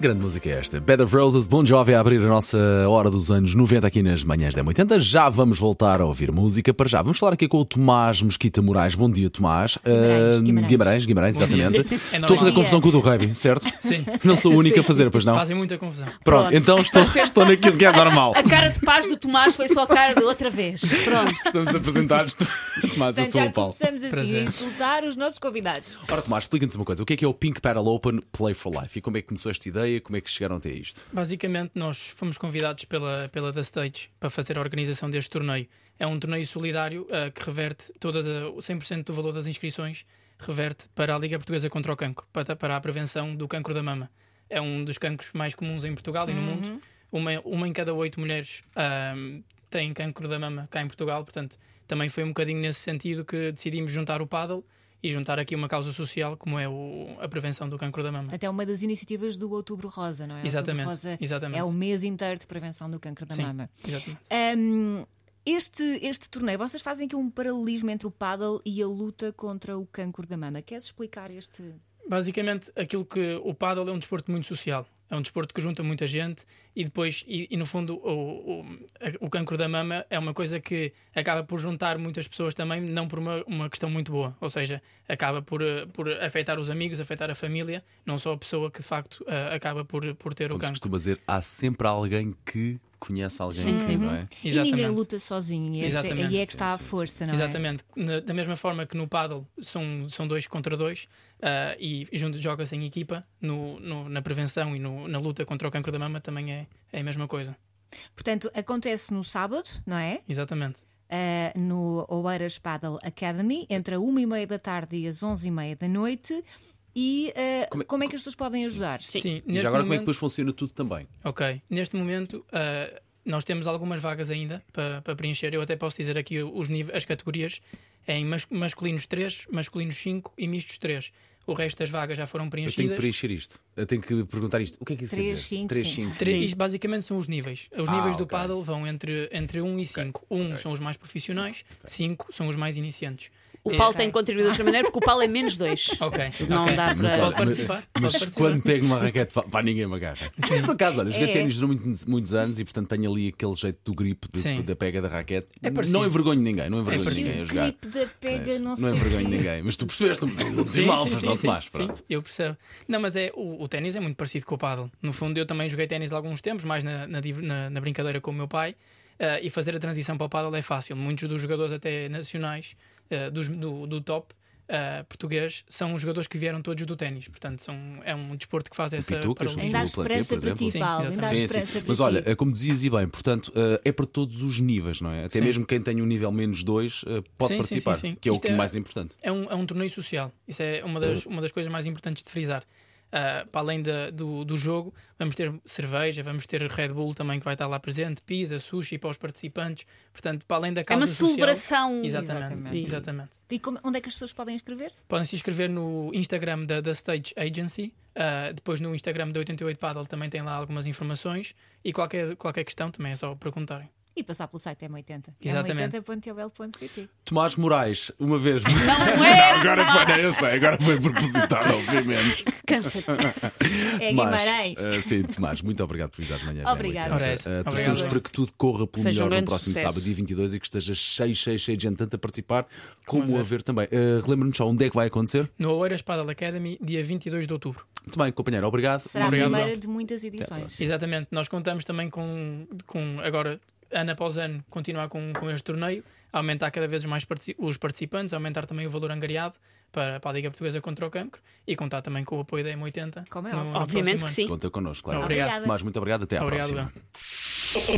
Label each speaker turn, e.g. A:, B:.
A: Grande música é esta. Bed of Roses, Bon Jovi a abrir a nossa hora dos anos 90 aqui nas manhãs da 80. Já vamos voltar a ouvir música. Para já, vamos falar aqui com o Tomás Mesquita Moraes. Bom dia, Tomás.
B: Guimarães,
A: Ah,
B: Guimarães. É
A: Guimarães, Guimarães, exatamente. Estou a fazer
B: Bom dia.
A: confusão com o do Rugby, certo?
C: Sim.
A: Não sou o único a fazer, pois não?
C: Fazem muita confusão.
A: Pronto,
B: Pronto.
A: então estou, estou naquilo que é normal.
B: A cara de paz do Tomás foi só a cara de outra vez. Pronto. Então
A: Estamos apresentados, Tomás, eu
D: Portanto,
A: sou
D: já
A: o Paulo.
D: começamos assim a
C: Prazer.
D: insultar os nossos convidados.
A: Ora, Tomás, explica-nos uma coisa. O que é que é o Pink Paddle Open Play for Life? E como é que começou esta ideia? Como é que chegaram até isto?
C: Basicamente, nós fomos convidados pela, pela The Stage para fazer a organização deste torneio. É um torneio solidário eh, que reverte todas a- o 100% do valor das inscrições reverte para a Liga Portuguesa contra o Cancro, para, para a prevenção do cancro da mama. É um dos cancros mais comuns em Portugal e no mundo. Uma, uma em cada oito mulheres ahm, tem cancro da mama cá em Portugal, portanto, também foi um bocadinho nesse sentido que decidimos juntar o paddle e juntar aqui uma causa social como é o- a prevenção do cancro da mama.
D: Até uma das iniciativas do Outubro Rosa, não é?
C: Exatamente,
D: Outubro Rosa
C: exatamente.
D: é o mês inteiro de prevenção do câncer da
C: Sim,
D: mama.
C: exatamente.
D: Ahm, este, este torneio, vocês fazem aqui um paralelismo entre o paddle e a luta contra o câncer da mama. Queres explicar este?
C: basicamente aquilo que o paddle é um desporto muito social é um desporto que junta muita gente e depois e, e no fundo o, o, a- o cancro da mama é uma coisa que acaba por juntar muitas pessoas também não por uma, uma questão muito boa ou seja acaba por eh, por afetar os amigos afetar a família não só a pessoa que de facto eh, acaba por por ter o
A: Como se
C: cancro
A: costuma dizer, há sempre alguém que conhece alguém que, não
B: Uhum.
A: é?
D: E ninguém
C: Exatamente.
D: luta sozinho, e esse-
C: Exatamente.
D: aí é que está
A: Sim,
D: a
A: sim, sim,
D: força, não é?
C: Exatamente. Na- Da mesma forma que no paddle são, são dois contra dois ah, e juntos joga-se em equipa, no- no- na prevenção e no- na luta contra o cancro da mama também é, é a mesma coisa.
D: Portanto, acontece no sábado, não é?
C: Exatamente.
D: Ah, no Oeiras Paddle Academy, entre a 1 e meia da tarde e as 11 e meia da noite. E ah, como, é, que as pessoas podem ajudar?
C: Sim,
A: E
C: neste
A: já agora, como é que
C: momento-
A: depois funciona tudo também?
C: Ok. Neste momento, ah, nós temos algumas vagas ainda para, para preencher. Eu até posso dizer aqui os níveis, as categorias É em mas- masculinos 3, masculinos 5 e mistos 3. O resto das vagas já foram
A: Eu tenho que
C: preenchidas.
A: preencher isto. Eu tenho que perguntar isto. O que é que isso quer
D: Três,
A: dizer?
D: cinco,
A: 3,
D: sim.
A: 5.
C: Três, isto basicamente são os níveis. Os
A: Ah,
C: níveis do
A: ok.
C: paddle vão entre, entre 1 e 5. 1 são os mais profissionais, 5 são os mais iniciantes.
B: O
C: É,
B: Paulo tem que contribuir de outra maneira porque o Paulo é menos dois.
C: Ok,
B: Não
C: ok.
B: dá
A: Mas,
B: para-
A: olha,
C: Pode participar, pode
A: mas
C: participar.
A: quando pego uma raquete, pá, pá, ninguém me agarra. Mas por acaso, olha, joguei
D: É.
A: ténis durante muitos, muitos anos e, portanto, tenho ali aquele jeito do grip de-
C: Sim. É
A: da pega da raquete.
D: É
C: parecido.
A: não envergonho ninguém, não envergonho
C: parecido.
A: ninguém a
D: O
A: jogar.
D: clipe da pega, não,
A: Não é
D: sei.
A: envergonho ninguém. Mas tu percebeste, não não
C: Sim,
A: dizia mal,
C: sim,
A: mas
C: sim,
A: não
C: sim,
A: demais.
C: sim,
A: Pronto.
C: eu percebo. Não, mas é o, o ténis é muito parecido com o paddle. No fundo, eu também joguei ténis há alguns tempos, mais na, na, div- na- na brincadeira com o meu pai. eh, e fazer a transição para o paddle é fácil. Muitos dos jogadores, até nacionais, eh, dos- do, do top eh, português, são os jogadores que vieram todos do ténis. Portanto, são, é um desporto que faz essa.
A: Pitucas,
C: paralelismo.
D: Ainda há
A: Jogo plantio,
D: esperança
A: por
D: para ti,
C: exemplo.
D: Paulo.
C: Sim,
D: Ainda há
A: Sim,
D: esperança
A: sim.
D: para
A: Mas
D: ti.
A: olha, é como dizias e bem, portanto, eh, é para todos os níveis, não é? Até mesmo quem tem um nível menos 2 pode
C: Sim, sim,
A: participar,
C: sim, sim.
A: que é o
C: Isto
A: que
C: é-
A: mais importante.
C: é um, é um torneio social. Isso é uma das, uma das coisas mais importantes de frisar. Ah, para além da- do, do jogo, vamos ter cerveja, vamos ter Red Bull também que vai estar lá presente, pizza, sushi para os participantes. Portanto, para além da
B: É
C: causa
B: uma
C: social-
B: celebração.
C: Exatamente.
D: Exatamente.
C: Exatamente.
D: E como- onde é que as pessoas podem escrever?
C: Podem se inscrever no Instagram da, da Stage Agency. ah, depois no Instagram da 88 Paddle também tem lá algumas informações e qualquer, qualquer questão também é só perguntarem.
D: E passar pelo site é M80.
C: Exatamente.
D: M80.tiobel.pt.
A: Tomás Moraes, uma vez.
B: Não é?
A: agora foi, não, eu sei, agora foi propositado, obviamente.
B: Cansa-te.
D: É
A: Tomás,
D: Guimarães.
A: eh, sim, Tomás, muito obrigado por vir às manhãs. da
D: Obrigada.
A: 80.
C: Ora, é essa.
A: Eh,
C: Obrigado.
A: Torcemos para que tudo corra pelo
B: Seja
A: melhor
B: um
A: no
B: grande
A: próximo
B: sucesso.
A: sábado, dia 22, e que esteja cheio, cheio, cheio de gente, tanto a participar como a ver também. Eh, Relembra-nos só onde é que vai acontecer?
C: No Oeiras Paddle Academy, dia 22 de outubro.
A: Muito bem, companheiro, obrigado.
D: Será a
C: Obrigado.
D: primeira de muitas edições.
C: Exatamente, nós contamos também com, com agora, ano após ano, continuar com, com este torneio, aumentar cada vez mais partici- os participantes, aumentar também o valor angariado para, para a Liga Portuguesa contra o Cancro e contar também com o apoio da M80.
D: Como é
C: no-
D: óbvio.
C: no
B: Obviamente
C: próximo
B: que
C: ano.
B: sim.
A: Conta connosco, claro.
C: Obrigado.
A: Tomás, muito obrigado, até à
C: Obrigado.
A: próxima.
C: Ben.